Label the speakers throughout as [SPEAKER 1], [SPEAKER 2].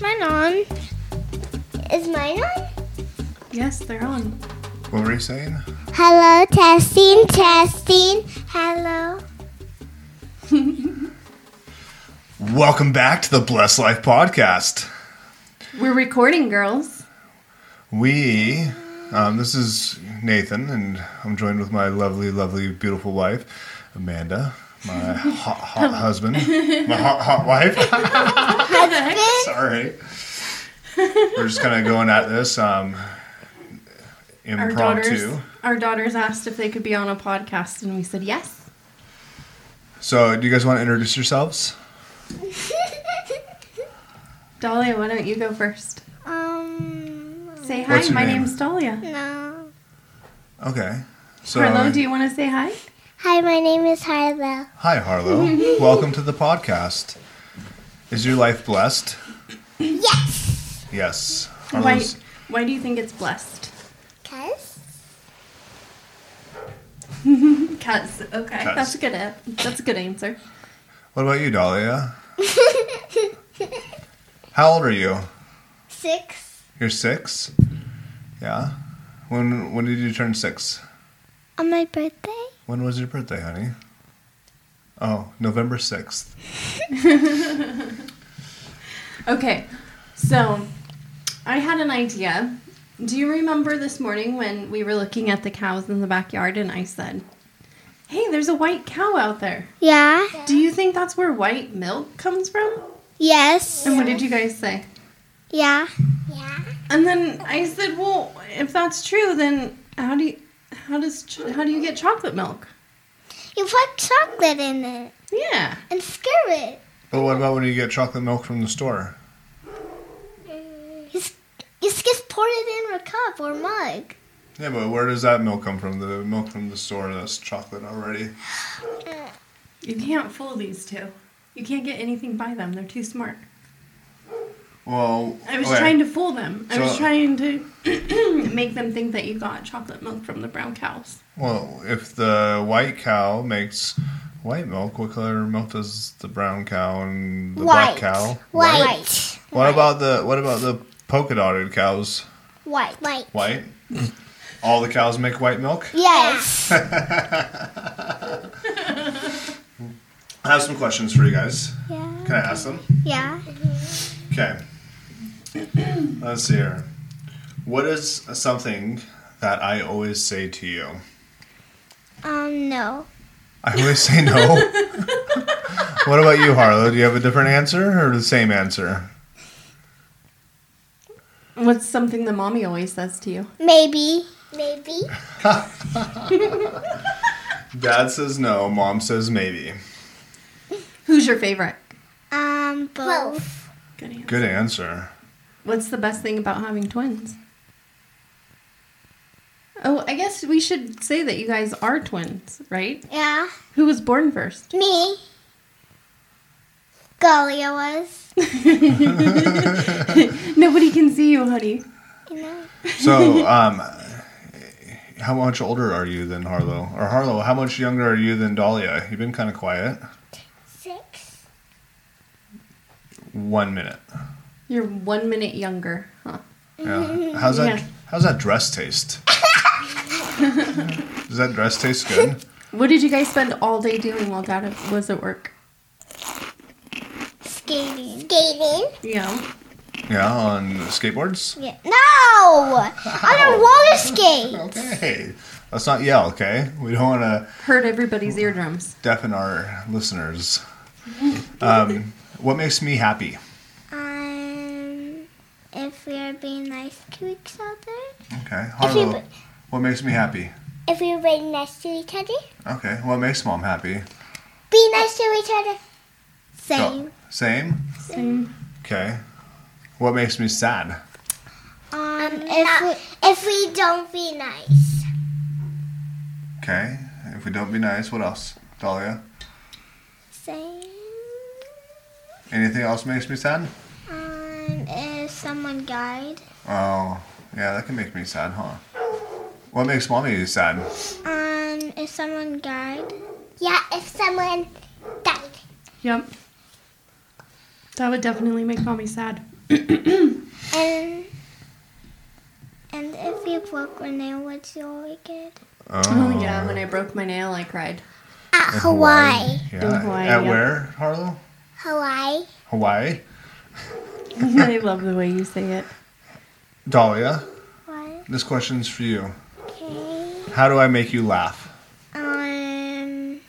[SPEAKER 1] mine on? Is mine on?
[SPEAKER 2] Yes, they're on.
[SPEAKER 3] What were you saying?
[SPEAKER 1] Hello, testing, testing. Hello.
[SPEAKER 3] Welcome back to the Blessed Life Podcast.
[SPEAKER 2] We're recording, girls.
[SPEAKER 3] We, um, this is Nathan, and I'm joined with my lovely, lovely, beautiful wife, Amanda, my hot, hot husband, my hot, hot wife. Sorry. We're just kind of going at this um,
[SPEAKER 2] Our
[SPEAKER 3] impromptu.
[SPEAKER 2] daughters, our daughters asked if they could be on a podcast, and we said yes.
[SPEAKER 3] So, do you guys want to introduce yourselves?
[SPEAKER 2] Dahlia, why don't you go first?
[SPEAKER 1] um,
[SPEAKER 2] Say hi.
[SPEAKER 3] What's your
[SPEAKER 2] My
[SPEAKER 3] name?
[SPEAKER 2] name's Dahlia.
[SPEAKER 1] no.
[SPEAKER 3] Okay. So,
[SPEAKER 2] Harlow, do you want to say hi?
[SPEAKER 1] Hi, my name is Hyla.
[SPEAKER 3] hi, Harlow. Welcome to the podcast. Is your life blessed?
[SPEAKER 1] Yes.
[SPEAKER 3] Yes.
[SPEAKER 2] Why?
[SPEAKER 3] Harlow's-
[SPEAKER 2] Why do you think it's blessed?
[SPEAKER 1] Cause
[SPEAKER 2] Cuz. Okay,
[SPEAKER 3] Cuz.
[SPEAKER 2] that's a good. a- That's a good answer.
[SPEAKER 3] What about you, Dahlia? How old are you?
[SPEAKER 1] six
[SPEAKER 3] You're six. Yeah. When when did you turn six?
[SPEAKER 1] on my birthday.
[SPEAKER 3] When was your birthday, honey? Oh, November sixth.
[SPEAKER 2] Okay, so I had an idea. Do you remember this morning when we were looking at the cows in the backyard and I said, Hey, there's a white cow out there.
[SPEAKER 1] Yeah.
[SPEAKER 2] Do you think that's where white milk comes from?
[SPEAKER 1] Yes.
[SPEAKER 2] And what did you guys say?
[SPEAKER 1] Yeah. Yeah.
[SPEAKER 2] And then I said, Well, if that's true, then how do you, how does ch- how do you get chocolate milk?
[SPEAKER 1] You put chocolate in it
[SPEAKER 2] Yeah.
[SPEAKER 1] and stir it.
[SPEAKER 3] But what about when you get chocolate milk from the store?
[SPEAKER 1] You s- you just pour it in a cup or mug.
[SPEAKER 3] Yeah, but where does that milk come from? The milk from the store that's chocolate already.
[SPEAKER 2] You can't fool these two. You can't get anything by them. They're too smart.
[SPEAKER 3] Well,
[SPEAKER 2] I was
[SPEAKER 3] okay.
[SPEAKER 2] trying to fool them. I was
[SPEAKER 3] So-
[SPEAKER 2] trying to make them think that you got chocolate milk from the brown cows.
[SPEAKER 3] Well, if the white cow makes white milk, what color milk does the brown cow and the black cow?
[SPEAKER 1] White.
[SPEAKER 3] What about the what about the polka dotted cows?
[SPEAKER 1] White. White.
[SPEAKER 3] White. All the cows make white milk.
[SPEAKER 1] Yes.
[SPEAKER 3] I have some questions for you guys.
[SPEAKER 1] Yeah.
[SPEAKER 3] Can I ask them?
[SPEAKER 1] Yeah.
[SPEAKER 3] Okay. Let's see here. What is something that I always say to you?
[SPEAKER 1] Um. No.
[SPEAKER 3] I always say no. what about you, Harlow? Do you have a different answer or the same answer?
[SPEAKER 2] What's something that mommy always says to you?
[SPEAKER 1] Maybe. Maybe.
[SPEAKER 3] Dad says no. Mom says maybe.
[SPEAKER 2] Who's your favorite?
[SPEAKER 1] Um. Both.
[SPEAKER 2] Good answer.
[SPEAKER 3] Good answer.
[SPEAKER 2] What's the best thing about having twins? Oh, I guess we should say that you guys are twins, right?
[SPEAKER 1] Yeah.
[SPEAKER 2] Who was born first?
[SPEAKER 1] Me. Golia was.
[SPEAKER 2] Nobody can see you, honey.
[SPEAKER 1] You know.
[SPEAKER 3] So, um, how much older are you than Harlow? Or Harlow, how much younger are you than Dahlia? You've been kind of quiet.
[SPEAKER 1] Six.
[SPEAKER 3] One minute.
[SPEAKER 2] You're one minute younger, huh?
[SPEAKER 3] Yeah. How's that?
[SPEAKER 2] Yeah.
[SPEAKER 3] How's that dress taste? Does that dress taste good?
[SPEAKER 2] What did you guys spend all day doing while Dad was at work?
[SPEAKER 1] Skating. Skating.
[SPEAKER 2] Yeah.
[SPEAKER 3] Yeah, on skateboards.
[SPEAKER 1] Yeah. No. On a roller skate.
[SPEAKER 3] Okay, let's not yell. Okay, we don't want to
[SPEAKER 2] Hurt everybody's eardrums.
[SPEAKER 3] deafen our listeners. Um, what makes me happy?
[SPEAKER 1] Um. If we are being nice to each other.
[SPEAKER 3] Okay,
[SPEAKER 1] If you-
[SPEAKER 3] Harlow. What makes me happy?
[SPEAKER 1] If we are being nice to each other.
[SPEAKER 3] Okay, what makes mom happy?
[SPEAKER 1] Be nice to each other.
[SPEAKER 3] Go-
[SPEAKER 1] Same.
[SPEAKER 3] Same.
[SPEAKER 2] Same.
[SPEAKER 3] Okay. What makes me sad?
[SPEAKER 1] Um, if, we, if we don't be nice.
[SPEAKER 3] Okay. If we don't be nice, what else? Dahlia?
[SPEAKER 1] Same.
[SPEAKER 3] Anything else makes me sad?
[SPEAKER 1] Um, if someone died.
[SPEAKER 3] Oh, yeah, that can make me sad, huh? What makes mommy sad?
[SPEAKER 1] Um, if someone died. Yeah, if someone died.
[SPEAKER 2] Yep. That would definitely make mommy sad. Oh,
[SPEAKER 1] And and if you broke a nail, what's your wicked?
[SPEAKER 2] Oh, yeah, when I broke my nail, I cried.
[SPEAKER 1] At Hawaii.
[SPEAKER 3] Yeah.
[SPEAKER 2] In Hawaii,
[SPEAKER 3] At
[SPEAKER 2] yeah.
[SPEAKER 3] where, Harlow?
[SPEAKER 1] Hawaii.
[SPEAKER 3] Hawaii.
[SPEAKER 2] I love the way you say it.
[SPEAKER 3] Dahlia,
[SPEAKER 1] What?
[SPEAKER 3] this question's for you.
[SPEAKER 1] Okay.
[SPEAKER 3] How do I make you laugh?
[SPEAKER 1] Um,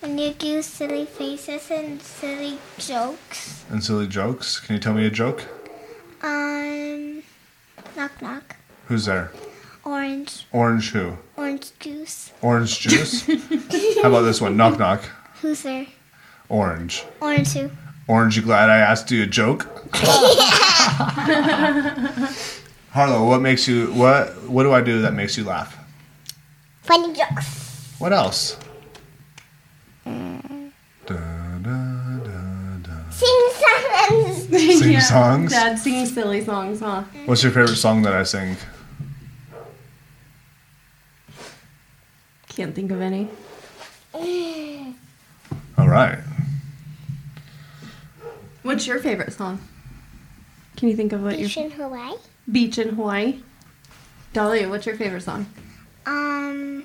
[SPEAKER 1] when you do silly faces and silly jokes.
[SPEAKER 3] And silly jokes. Can you tell me a joke?
[SPEAKER 1] Um, knock knock.
[SPEAKER 3] Who's there?
[SPEAKER 1] Orange,
[SPEAKER 3] Orange who?
[SPEAKER 1] orange juice.
[SPEAKER 3] Orange juice? How about this one? Knock knock.
[SPEAKER 1] Who's there?
[SPEAKER 3] Orange.
[SPEAKER 1] Orange who?
[SPEAKER 3] Orange, you glad I asked you a joke? Harlow, what makes you what what do I do that makes you laugh?
[SPEAKER 1] Funny jokes.
[SPEAKER 3] What else? Da, da, da, da.
[SPEAKER 1] Sing songs.
[SPEAKER 2] Sing
[SPEAKER 3] songs?
[SPEAKER 2] Dad sings silly songs, huh?
[SPEAKER 3] What's your favorite song that I sing?
[SPEAKER 2] Can't think of any.
[SPEAKER 3] All right.
[SPEAKER 2] What's your favorite song? Can you think of what your
[SPEAKER 1] Beach in Hawaii.
[SPEAKER 2] beach in Hawaii? Dahlia, what's your favorite song?
[SPEAKER 1] Um,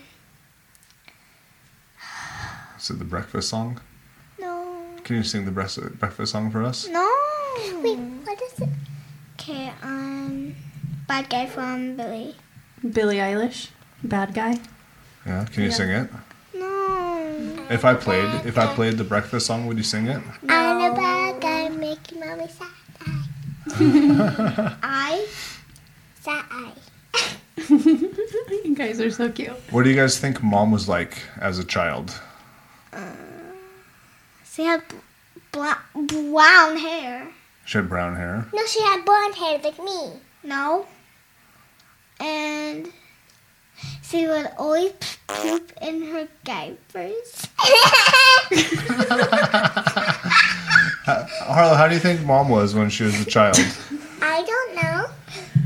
[SPEAKER 3] Is it the breakfast song?
[SPEAKER 1] no.
[SPEAKER 3] Can you sing the breakfast breakfast song for us?
[SPEAKER 1] No. Wait, what is it? Okay, um, bad guy from Billy.
[SPEAKER 2] Billie Eilish, Bad Guy.
[SPEAKER 3] Yeah. Can you
[SPEAKER 2] Yeah.
[SPEAKER 3] sing it?
[SPEAKER 1] No.
[SPEAKER 3] If I played if I played the breakfast song, would you sing it?
[SPEAKER 1] I'm a bad guy making mommy sad eye. I sad eye.
[SPEAKER 2] you guys are so cute.
[SPEAKER 3] What do you guys think mom was like as a child?
[SPEAKER 1] She had bl- brown hair.
[SPEAKER 3] She had brown hair.
[SPEAKER 1] No, she had blonde hair like me. No. And she would always poop in her diapers.
[SPEAKER 3] Harlow, how do you think mom was when she was a child?
[SPEAKER 1] I don't know.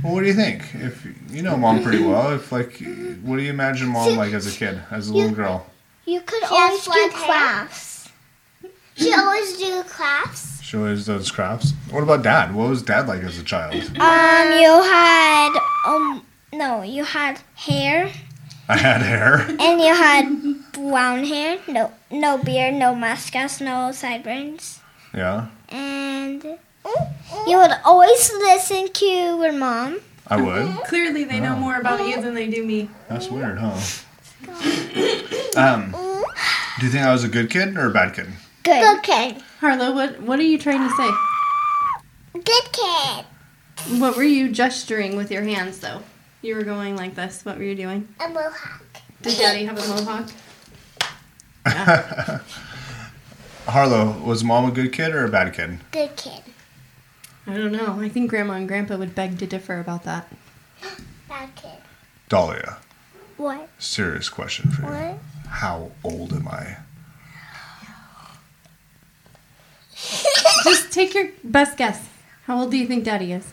[SPEAKER 3] Well, what do you think? If you know mom pretty well, if like, what do you imagine mom like as a kid, as a little girl?
[SPEAKER 1] You could
[SPEAKER 4] She
[SPEAKER 1] always
[SPEAKER 4] has
[SPEAKER 1] do
[SPEAKER 4] blonde hair.
[SPEAKER 1] crafts.
[SPEAKER 4] She always do crafts.
[SPEAKER 3] She always does crafts. What about dad? What was dad like as a child?
[SPEAKER 1] Um, you had um no, you had hair
[SPEAKER 3] I had hair.
[SPEAKER 1] and you had brown hair. No, no beard, no mustache, no sideburns.
[SPEAKER 3] Yeah,
[SPEAKER 1] And you would always listen to your mom.
[SPEAKER 3] I would.
[SPEAKER 2] Clearly, they know more about you than they do me.
[SPEAKER 3] That's weird, huh? Um, do you think I was a good kid or a bad kid?
[SPEAKER 1] Good.
[SPEAKER 4] Good kid.
[SPEAKER 2] Harlow, what what are you trying to say?
[SPEAKER 4] Good kid.
[SPEAKER 2] What were you gesturing with your hands though? You were going like this. What were you doing?
[SPEAKER 4] A mohawk.
[SPEAKER 2] Did Daddy have a mohawk?
[SPEAKER 3] Harlow, was mom a good kid or a bad kid?
[SPEAKER 4] Good kid.
[SPEAKER 2] I don't know. I think Grandma and Grandpa would beg to differ about that.
[SPEAKER 4] Bad kid.
[SPEAKER 3] Dahlia,
[SPEAKER 1] What?
[SPEAKER 3] serious question for you.
[SPEAKER 1] What?
[SPEAKER 3] How old am I?
[SPEAKER 2] Just take your best guess. How old do you think Daddy is?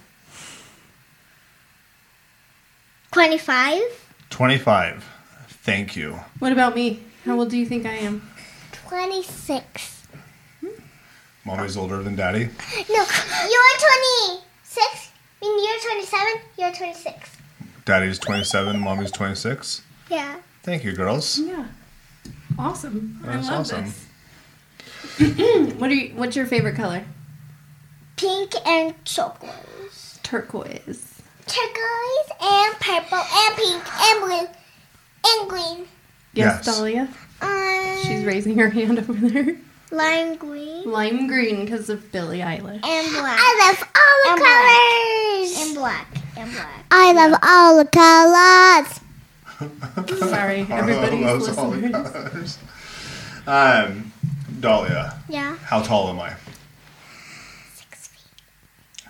[SPEAKER 1] Twenty-five.
[SPEAKER 3] 25. Thank you.
[SPEAKER 2] What about me? How old do you think I am?
[SPEAKER 4] 26.
[SPEAKER 3] Mommy's older than daddy.
[SPEAKER 4] No, you're 26. I mean, you're 27. You're 26.
[SPEAKER 3] Daddy's 27, mommy's 26.
[SPEAKER 1] Yeah.
[SPEAKER 3] Thank you, girls.
[SPEAKER 2] Yeah. Awesome.
[SPEAKER 3] That's
[SPEAKER 2] I love
[SPEAKER 3] awesome.
[SPEAKER 2] this. what are you, what's your favorite color?
[SPEAKER 4] Pink and turquoise.
[SPEAKER 2] Turquoise.
[SPEAKER 4] Turquoise and purple and pink and blue and green.
[SPEAKER 2] Yes,
[SPEAKER 3] Yes.
[SPEAKER 2] Dahlia.
[SPEAKER 4] Um,
[SPEAKER 2] She's raising her hand over there.
[SPEAKER 1] Lime green
[SPEAKER 2] Lime green because of Billie Eilish.
[SPEAKER 1] and black.
[SPEAKER 4] I love all the
[SPEAKER 1] And black. and black. And
[SPEAKER 4] colors.
[SPEAKER 1] black.
[SPEAKER 4] I love all the colors.
[SPEAKER 2] Sorry, everybody's listening.
[SPEAKER 3] colors. Um, Dahlia,
[SPEAKER 1] Yeah.
[SPEAKER 3] how tall am I?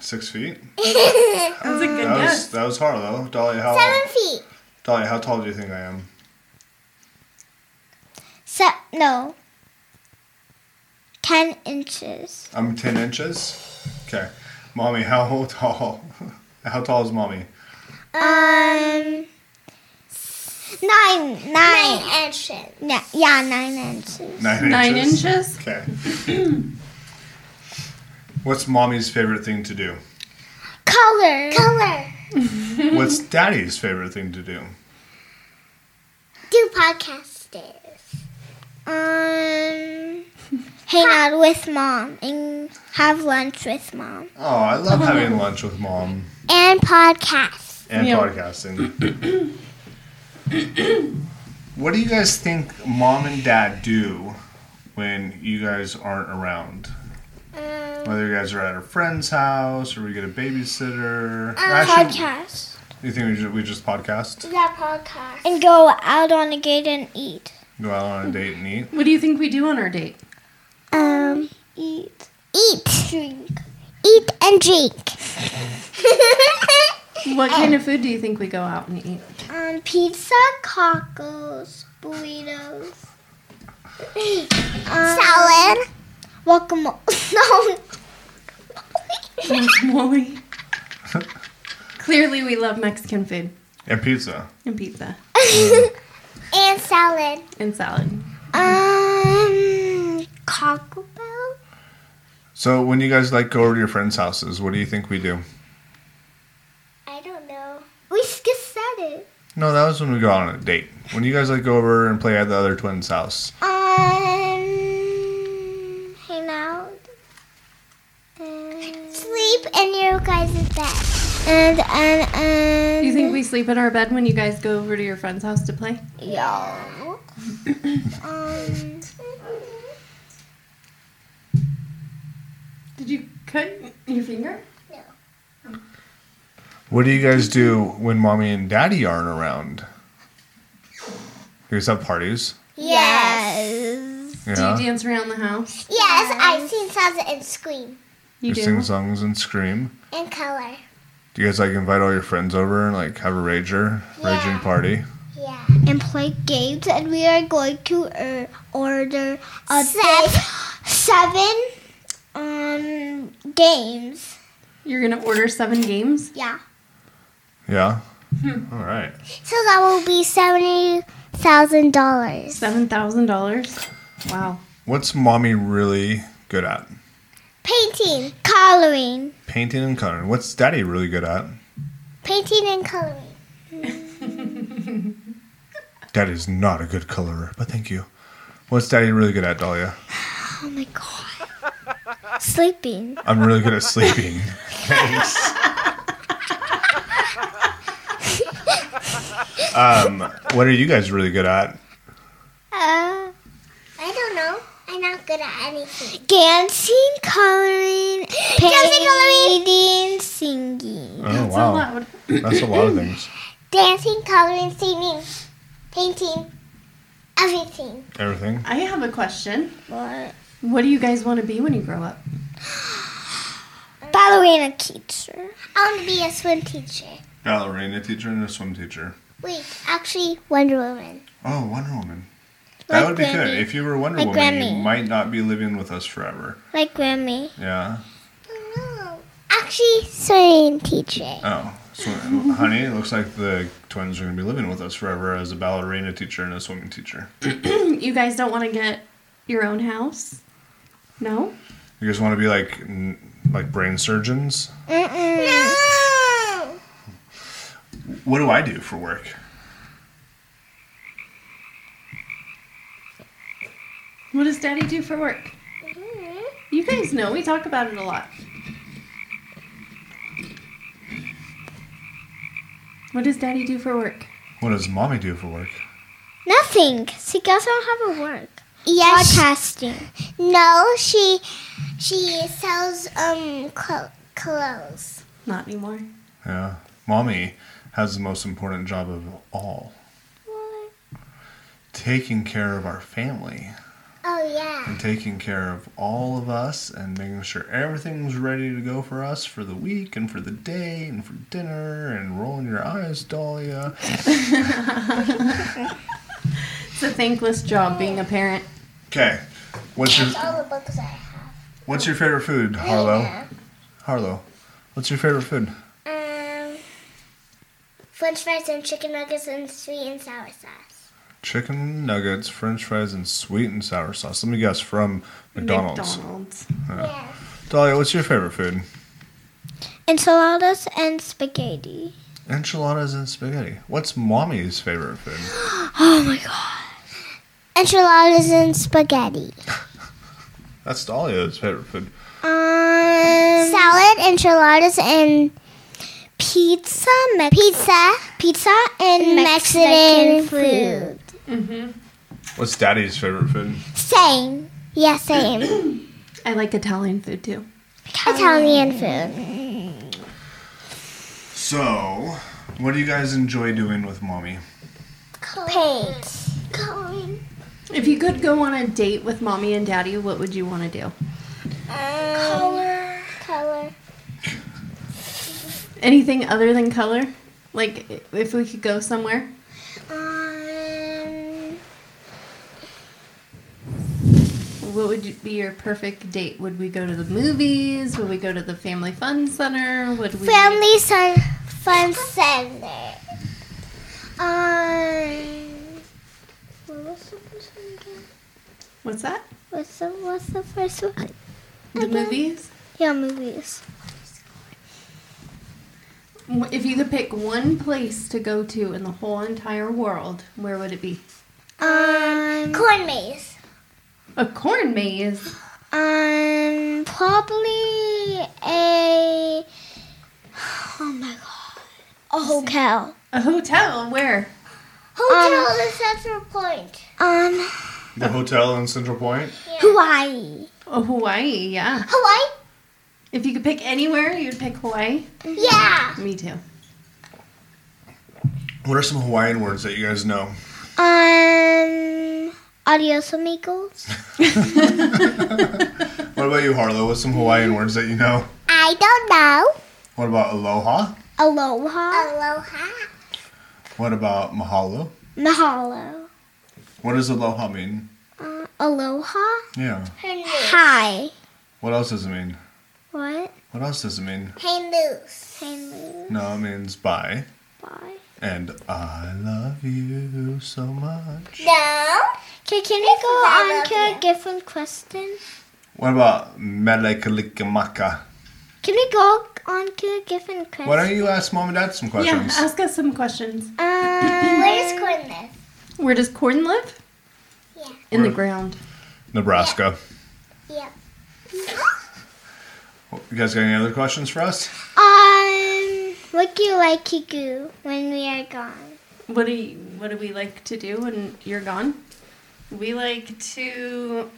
[SPEAKER 3] Six feet.
[SPEAKER 2] That's a good
[SPEAKER 3] That was
[SPEAKER 2] guess.
[SPEAKER 3] that was Harlow. Dahlia, how
[SPEAKER 4] Seven feet.
[SPEAKER 3] Dahlia, how tall do you think I am?
[SPEAKER 1] Se- no. Ten inches.
[SPEAKER 3] I'm ten inches. Okay, mommy, how tall? How tall is mommy?
[SPEAKER 1] Um. Nine,
[SPEAKER 4] Nine
[SPEAKER 1] nine,
[SPEAKER 4] inches.
[SPEAKER 1] yeah, yeah, nine inches.
[SPEAKER 3] Nine,
[SPEAKER 2] Nine inches?
[SPEAKER 3] Okay. What's mommy's favorite thing to do?
[SPEAKER 1] Color.
[SPEAKER 4] Color.
[SPEAKER 3] What's Daddy's favorite thing to do?
[SPEAKER 1] Do podcasters. Um, hang out with mom and have lunch with mom
[SPEAKER 3] Oh, I love having lunch with mom
[SPEAKER 1] and podcast.
[SPEAKER 3] and
[SPEAKER 2] Yeah.
[SPEAKER 3] podcasting. what do you guys think mom and dad do when you guys aren't around?
[SPEAKER 1] Um,
[SPEAKER 3] Whether you guys are at a friend's house or we get a babysitter. Or actually,
[SPEAKER 1] Uh, Podcast.
[SPEAKER 3] you think we just, we just podcast?
[SPEAKER 4] Yeah, podcast.
[SPEAKER 1] And go out on a date and eat.
[SPEAKER 3] Go out on a date and eat?
[SPEAKER 2] What do you think we do on our date?
[SPEAKER 1] Um, eat. Eat. Drink. Eat and drink.
[SPEAKER 2] What kind of food do you think we go out and eat?
[SPEAKER 1] um, pizza, tacos, burritos, Um,
[SPEAKER 4] Salad.
[SPEAKER 1] guacamole. no,
[SPEAKER 2] Molly. Clearly, we love Mexican food
[SPEAKER 3] And pizza.
[SPEAKER 2] and pizza
[SPEAKER 4] And salad.
[SPEAKER 2] and salad.
[SPEAKER 1] um, Taco Bell.
[SPEAKER 3] So when you guys like go over to your friends' houses, what do you think we do?
[SPEAKER 4] I don't know.
[SPEAKER 1] We just said it.
[SPEAKER 3] No, that was when we go out on a date. When you guys like go over and play at the other twins' house.
[SPEAKER 1] Um, hang out. And,
[SPEAKER 4] Sleep in your guys' bed.
[SPEAKER 1] and, and, and
[SPEAKER 2] Do you think we sleep in our bed when you guys go over to your friend's house to play?
[SPEAKER 1] Yo. um,
[SPEAKER 2] Did you cut your finger?
[SPEAKER 3] What do you guys do when mommy and daddy aren't around? You guys have parties.
[SPEAKER 1] yes.
[SPEAKER 3] Yeah.
[SPEAKER 2] Do you dance around the house?
[SPEAKER 4] Yes, I've seen salsa and scream.
[SPEAKER 2] You do.
[SPEAKER 3] sing songs and scream.
[SPEAKER 4] And color.
[SPEAKER 3] Do you guys like invite all your friends over and like have a rager, raging party?
[SPEAKER 4] Yeah.
[SPEAKER 1] And play games, and we are going to uh, order a
[SPEAKER 4] Seven.
[SPEAKER 1] seven um games.
[SPEAKER 2] You're gonna order seven games.
[SPEAKER 1] Yeah.
[SPEAKER 3] Yeah.
[SPEAKER 2] Hmm.
[SPEAKER 3] All right.
[SPEAKER 4] So that will be seventy thousand dollars.
[SPEAKER 2] Seven thousand dollars. Wow.
[SPEAKER 3] What's mommy really good at?
[SPEAKER 4] Painting.
[SPEAKER 1] Coloring.
[SPEAKER 3] Painting and coloring. What's daddy really good at?
[SPEAKER 4] Painting and coloring.
[SPEAKER 3] Daddy's not a good colorer, but thank you. What's daddy really good at, Dahlia?
[SPEAKER 1] Oh my god. Sleeping.
[SPEAKER 3] I'm really good at sleeping. Thanks. um, what are you guys really good at?
[SPEAKER 1] Uh,
[SPEAKER 4] I don't know. I'm not good at anything.
[SPEAKER 1] dancing, coloring,
[SPEAKER 4] Dancing, coloring.
[SPEAKER 1] painting, singing.
[SPEAKER 3] Oh
[SPEAKER 2] That's so
[SPEAKER 3] wow,
[SPEAKER 2] loud.
[SPEAKER 3] that's a lot of things.
[SPEAKER 4] Dancing, coloring, singing, painting, everything.
[SPEAKER 3] Everything.
[SPEAKER 2] I have a question.
[SPEAKER 1] What?
[SPEAKER 2] What do you guys want to be when you grow up?
[SPEAKER 1] Ballerina teacher.
[SPEAKER 4] I want to be a swim teacher.
[SPEAKER 3] Ballerina teacher and a swim teacher.
[SPEAKER 4] Wait, actually, Wonder Woman.
[SPEAKER 3] Oh, Wonder Woman. That
[SPEAKER 1] Like
[SPEAKER 3] would be good.
[SPEAKER 1] Grammy.
[SPEAKER 3] If you were Wonder
[SPEAKER 1] Like
[SPEAKER 3] Woman, you
[SPEAKER 1] Grammy.
[SPEAKER 3] might not be living with us forever.
[SPEAKER 1] Like Grammy.
[SPEAKER 3] Yeah.
[SPEAKER 4] Oh no. Actually, swimming teacher.
[SPEAKER 3] Oh, so, honey, it looks like the twins are going to be living with us forever as a ballerina teacher and a swimming teacher.
[SPEAKER 2] You guys don't want to get your own house? No.
[SPEAKER 3] You guys want to be like n- like brain surgeons?
[SPEAKER 4] No.
[SPEAKER 3] What do I do for work?
[SPEAKER 2] What does Daddy do for work? You guys know we talk about it a lot. What does Daddy do for work?
[SPEAKER 3] What does mommy do for work?
[SPEAKER 1] Nothing. She doesn't have a work.
[SPEAKER 4] Yes.
[SPEAKER 1] Podcasting.
[SPEAKER 4] No, she she sells um clo- clothes.
[SPEAKER 2] Not anymore.
[SPEAKER 3] Yeah. Mommy has the most important job of all taking care of our family
[SPEAKER 4] Oh yeah.
[SPEAKER 3] and taking care of all of us and making sure everything's ready to go for us for the week and for the day and for dinner and rolling your eyes, Dahlia.
[SPEAKER 2] It's a thankless job being a parent.
[SPEAKER 3] Okay. What's your
[SPEAKER 4] That's all the books I have.
[SPEAKER 3] what's your favorite food, Harlow? Harlow. What's your favorite food?
[SPEAKER 4] Um, French fries and chicken nuggets and sweet and sour sauce.
[SPEAKER 3] Chicken nuggets, french fries, and sweet and sour sauce. Let me guess from McDonald's.
[SPEAKER 2] McDonald's.
[SPEAKER 4] Yeah.
[SPEAKER 3] Dahlia, what's your favorite food?
[SPEAKER 1] Enchiladas and spaghetti.
[SPEAKER 3] Enchiladas and spaghetti. What's mommy's favorite food?
[SPEAKER 1] Oh my god.
[SPEAKER 4] Enchiladas and spaghetti.
[SPEAKER 3] That's Dahlia's favorite food.
[SPEAKER 1] Um,
[SPEAKER 4] Salad, enchiladas, and
[SPEAKER 1] pizza, Mex-
[SPEAKER 4] pizza
[SPEAKER 1] pizza and
[SPEAKER 4] and
[SPEAKER 1] Mexican,
[SPEAKER 4] Mexican
[SPEAKER 1] food.
[SPEAKER 4] food.
[SPEAKER 3] What's daddy's favorite food?
[SPEAKER 4] Same.
[SPEAKER 1] Yeah, same.
[SPEAKER 2] I like Italian food too.
[SPEAKER 4] Italian food.
[SPEAKER 3] So, what do you guys enjoy doing with mommy?
[SPEAKER 4] Paint.
[SPEAKER 1] Going.
[SPEAKER 2] If you could go on a date with mommy and daddy, what would you want to do?
[SPEAKER 1] Color.
[SPEAKER 4] Color.
[SPEAKER 2] Anything other than color? Like if we could go somewhere?
[SPEAKER 1] Um,
[SPEAKER 2] What would you- be your perfect date? Would we go to the movies? Would we go to the family fun center? Would we
[SPEAKER 1] family sun.
[SPEAKER 4] Fun Sunday.
[SPEAKER 1] Um, what was the first one again?
[SPEAKER 2] What's that?
[SPEAKER 1] What's the, what's the first one?
[SPEAKER 2] The movies?
[SPEAKER 1] Yeah, movies.
[SPEAKER 2] W- If you could pick one place to go to in the whole entire world, where would it be?
[SPEAKER 1] Um,
[SPEAKER 4] Corn maze.
[SPEAKER 2] A corn maze.
[SPEAKER 1] um, probably a. Oh my god. A hotel.
[SPEAKER 2] A hotel. Where?
[SPEAKER 4] Hotel in Central Point.
[SPEAKER 1] Um,
[SPEAKER 3] The hotel in Central Point?
[SPEAKER 1] Hawaii.
[SPEAKER 2] Oh, Hawaii. Yeah.
[SPEAKER 4] Hawaii?
[SPEAKER 2] If you could pick anywhere, you'd pick Hawaii.
[SPEAKER 4] Yeah.
[SPEAKER 2] Me too.
[SPEAKER 3] What are some Hawaiian words that you guys know?
[SPEAKER 1] Um, adios amigos.
[SPEAKER 3] What about you, Harlow? What's some Hawaiian words that you know?
[SPEAKER 1] I don't know.
[SPEAKER 3] What about aloha?
[SPEAKER 1] Aloha.
[SPEAKER 4] Aloha.
[SPEAKER 3] What about mahalo?
[SPEAKER 1] Mahalo.
[SPEAKER 3] What does aloha mean?
[SPEAKER 1] Uh, aloha.
[SPEAKER 3] Yeah.
[SPEAKER 4] Her name.
[SPEAKER 1] Hi.
[SPEAKER 3] What else does it mean?
[SPEAKER 1] What?
[SPEAKER 3] What else does it mean?
[SPEAKER 4] Hey, Moose.
[SPEAKER 1] Hello.
[SPEAKER 3] No, it means bye.
[SPEAKER 1] Bye.
[SPEAKER 3] And I love you so much.
[SPEAKER 4] No.
[SPEAKER 1] Okay, can we
[SPEAKER 4] This
[SPEAKER 1] go
[SPEAKER 4] is I
[SPEAKER 1] on
[SPEAKER 4] love
[SPEAKER 1] to a different question?
[SPEAKER 3] What about melekalikimaka?
[SPEAKER 1] Can we go on to a different question?
[SPEAKER 3] Why don't you ask mom and dad some
[SPEAKER 2] Yeah.
[SPEAKER 3] questions?
[SPEAKER 2] Ask us some questions.
[SPEAKER 1] Um,
[SPEAKER 4] Where's corn live?
[SPEAKER 2] Where does corn live?
[SPEAKER 4] Yeah.
[SPEAKER 2] In the
[SPEAKER 3] Where-
[SPEAKER 2] ground.
[SPEAKER 3] Nebraska.
[SPEAKER 4] Yep.
[SPEAKER 3] You guys got any other questions for us?
[SPEAKER 1] um, what do you like to do when we are gone?
[SPEAKER 2] What do you, what do we like to do when you're gone? We like to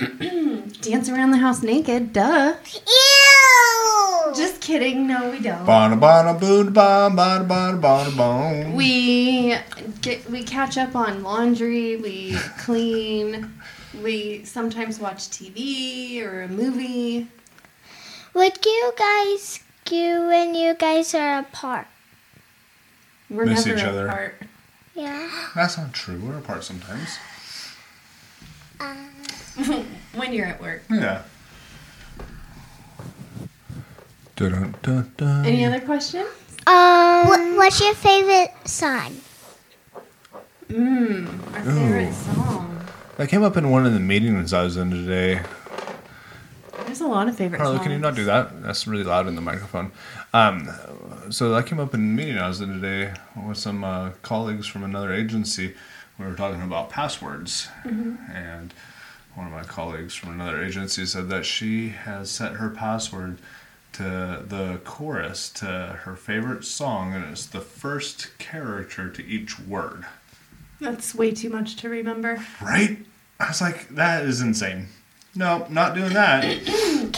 [SPEAKER 2] dance around the house naked. Duh.
[SPEAKER 4] Ew.
[SPEAKER 2] Just kidding. No, we don't.
[SPEAKER 3] Bada bada boo ba bada bada bada bong.
[SPEAKER 2] We get we catch up on laundry. We clean. we sometimes watch TV or a movie.
[SPEAKER 1] What do you guys do when you guys are apart?
[SPEAKER 2] We're
[SPEAKER 3] Miss
[SPEAKER 2] never
[SPEAKER 3] each other.
[SPEAKER 2] apart.
[SPEAKER 1] Yeah.
[SPEAKER 3] That's not true. We're apart sometimes.
[SPEAKER 4] Um,
[SPEAKER 2] when you're at work.
[SPEAKER 3] Yeah. Dun, dun, dun.
[SPEAKER 2] Any other question?
[SPEAKER 1] Um,
[SPEAKER 4] What, what's your favorite song?
[SPEAKER 2] Mmm. Our
[SPEAKER 3] Ooh.
[SPEAKER 2] favorite song.
[SPEAKER 3] That came up in one of the meetings I was in today.
[SPEAKER 2] There's a lot of favorite
[SPEAKER 3] Harlow,
[SPEAKER 2] songs.
[SPEAKER 3] can you not do that? That's really loud in the microphone. Um, so that came up in a meeting I was in today with some uh, colleagues from another agency. We were talking about passwords, and one of my colleagues from another agency said that she has set her password to the chorus to her favorite song, and it's the first character to each word.
[SPEAKER 2] That's way too much to remember.
[SPEAKER 3] Right? I was like, that is insane. No, not doing that.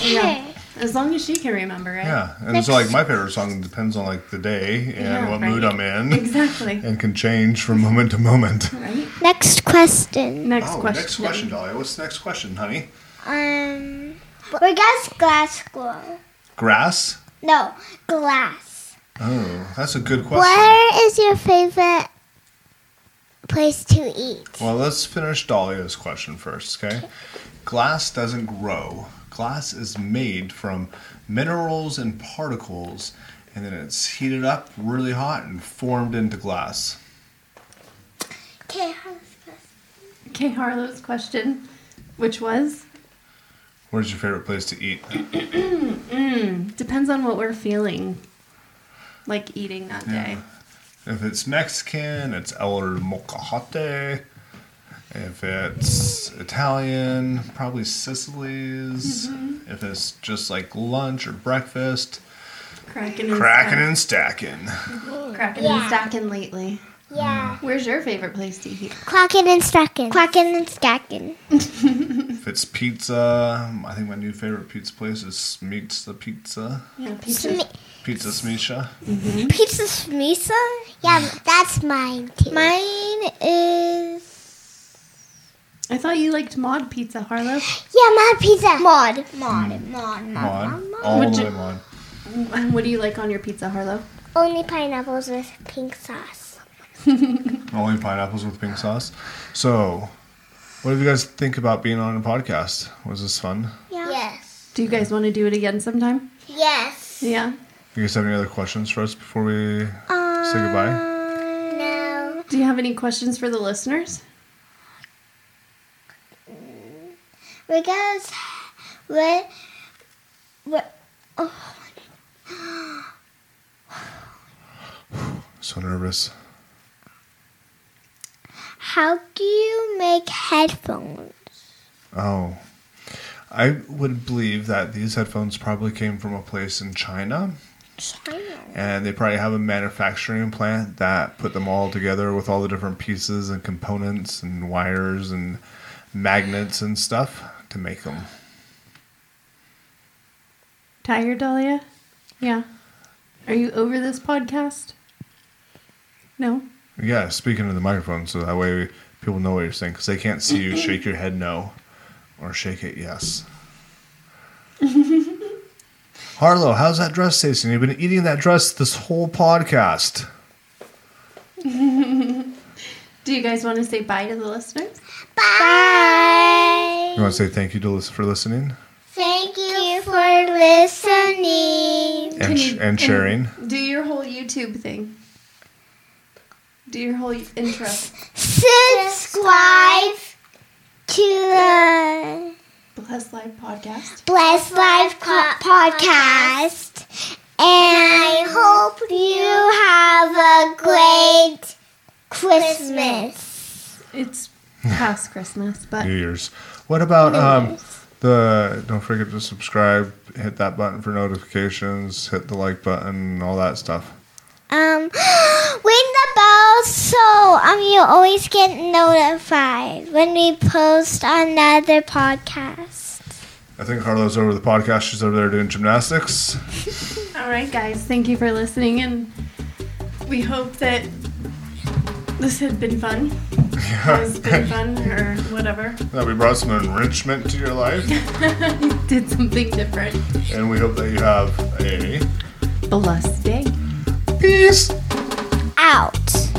[SPEAKER 2] Yeah. As long as she can remember, right?
[SPEAKER 3] Yeah, and so like my favorite song depends on like the day and
[SPEAKER 2] Yeah,
[SPEAKER 3] what
[SPEAKER 2] right.
[SPEAKER 3] mood I'm in,
[SPEAKER 2] Exactly.
[SPEAKER 3] and can change from moment to moment.
[SPEAKER 2] Right.
[SPEAKER 1] Next question.
[SPEAKER 2] Next
[SPEAKER 3] oh,
[SPEAKER 2] question.
[SPEAKER 3] next question, Dahlia. What's the next question, honey?
[SPEAKER 1] Um,
[SPEAKER 4] Where does glass grow?
[SPEAKER 3] Grass.
[SPEAKER 1] no, glass.
[SPEAKER 3] Oh, that's a good question.
[SPEAKER 4] Where is your favorite place to eat?
[SPEAKER 3] Well, let's finish Dahlia's question first, okay? Glass doesn't grow. Glass is made from minerals and particles, and then it's heated up really hot and formed into glass.
[SPEAKER 4] Okay,
[SPEAKER 2] Okay, Harlow's question, which was
[SPEAKER 3] Where's your favorite place to eat?
[SPEAKER 2] "Hmm, depends on what we're feeling. like eating that day.
[SPEAKER 3] If it's Mexican, it's El Mocajete. If it's Italian, probably Sicily's.
[SPEAKER 2] Mm-hmm.
[SPEAKER 3] If it's just like lunch or breakfast,
[SPEAKER 2] Cracking and
[SPEAKER 3] cracking and stacking.
[SPEAKER 2] stack- cracking and
[SPEAKER 4] Yeah.
[SPEAKER 2] stacking lately.
[SPEAKER 4] Yeah.
[SPEAKER 3] Hmm.
[SPEAKER 2] Where's your favorite place to eat?
[SPEAKER 1] Quacking and stacking.
[SPEAKER 4] Quacking and stacking.
[SPEAKER 3] If it's pizza, I think my new favorite pizza place is Smeets the Pizza.
[SPEAKER 2] Yeah,
[SPEAKER 1] Sme-
[SPEAKER 2] pizza.
[SPEAKER 3] Pizza Smisha.
[SPEAKER 4] Pizza Smisa?
[SPEAKER 1] yeah, that's mine too.
[SPEAKER 4] Mine is.
[SPEAKER 2] I thought you liked Mod Pizza, Harlow.
[SPEAKER 1] yeah, my pizza.
[SPEAKER 4] Mod. Mod. Mod.
[SPEAKER 3] Mod. All
[SPEAKER 2] Would
[SPEAKER 3] the
[SPEAKER 2] you-
[SPEAKER 3] way mod.
[SPEAKER 2] What do you like on your pizza, Harlow?
[SPEAKER 1] Only pineapples with pink sauce.
[SPEAKER 3] Only pineapples with pink sauce. So, what do you guys think about being on a podcast? Was this fun?
[SPEAKER 1] Yeah.
[SPEAKER 4] Yes.
[SPEAKER 2] Do you guys want to do it again sometime?
[SPEAKER 4] Yes.
[SPEAKER 2] Yeah.
[SPEAKER 3] You guys have any other questions for us before we
[SPEAKER 4] Um,
[SPEAKER 3] say
[SPEAKER 4] Uh.
[SPEAKER 3] goodbye?
[SPEAKER 4] No.
[SPEAKER 2] Do you have any questions for the listeners?
[SPEAKER 4] Because what what
[SPEAKER 1] oh,
[SPEAKER 3] So nervous.
[SPEAKER 1] How do you make headphones?
[SPEAKER 3] Oh. I would believe that these headphones probably came from a place in China,
[SPEAKER 1] China.
[SPEAKER 3] and they probably have a manufacturing plant that put them all together with all the different pieces and components and wires and magnets and stuff to make them.
[SPEAKER 2] Tired, Dahlia? Yeah. Are you over this podcast? No?
[SPEAKER 3] Yeah, speaking to the microphone, so that way people know what you're saying because they can't see you shake your head no or shake it yes. Harlow, how's that dress tasting? You've been eating that dress this whole podcast.
[SPEAKER 2] Do you guys want to say bye to the listeners?
[SPEAKER 1] Bye.
[SPEAKER 3] You want to say thank you to lis- for listening
[SPEAKER 1] Thank you for listening.
[SPEAKER 3] and, sh- and sharing.
[SPEAKER 2] do your whole YouTube thing. Do your whole intro.
[SPEAKER 1] Subscribe to the
[SPEAKER 2] Bless Live Podcast.
[SPEAKER 1] Blessed Life Co- podcast. And I hope you have a great Christmas.
[SPEAKER 2] It's past Christmas, but
[SPEAKER 3] New Year's. What about um, the? Don't forget to subscribe. Hit that button for notifications. Hit the like button. All that stuff.
[SPEAKER 1] Um, ring the bell so um you always get notified when we post another podcast.
[SPEAKER 3] I think Harlow's over the podcast. She's over there doing gymnastics.
[SPEAKER 2] all right, guys, thank you for listening, and we hope that this had been fun. Has been fun or whatever.
[SPEAKER 3] That we brought some enrichment to your life,
[SPEAKER 2] Did something different.
[SPEAKER 3] and we hope that you have a
[SPEAKER 2] Blessed day.
[SPEAKER 3] peace.
[SPEAKER 1] Out.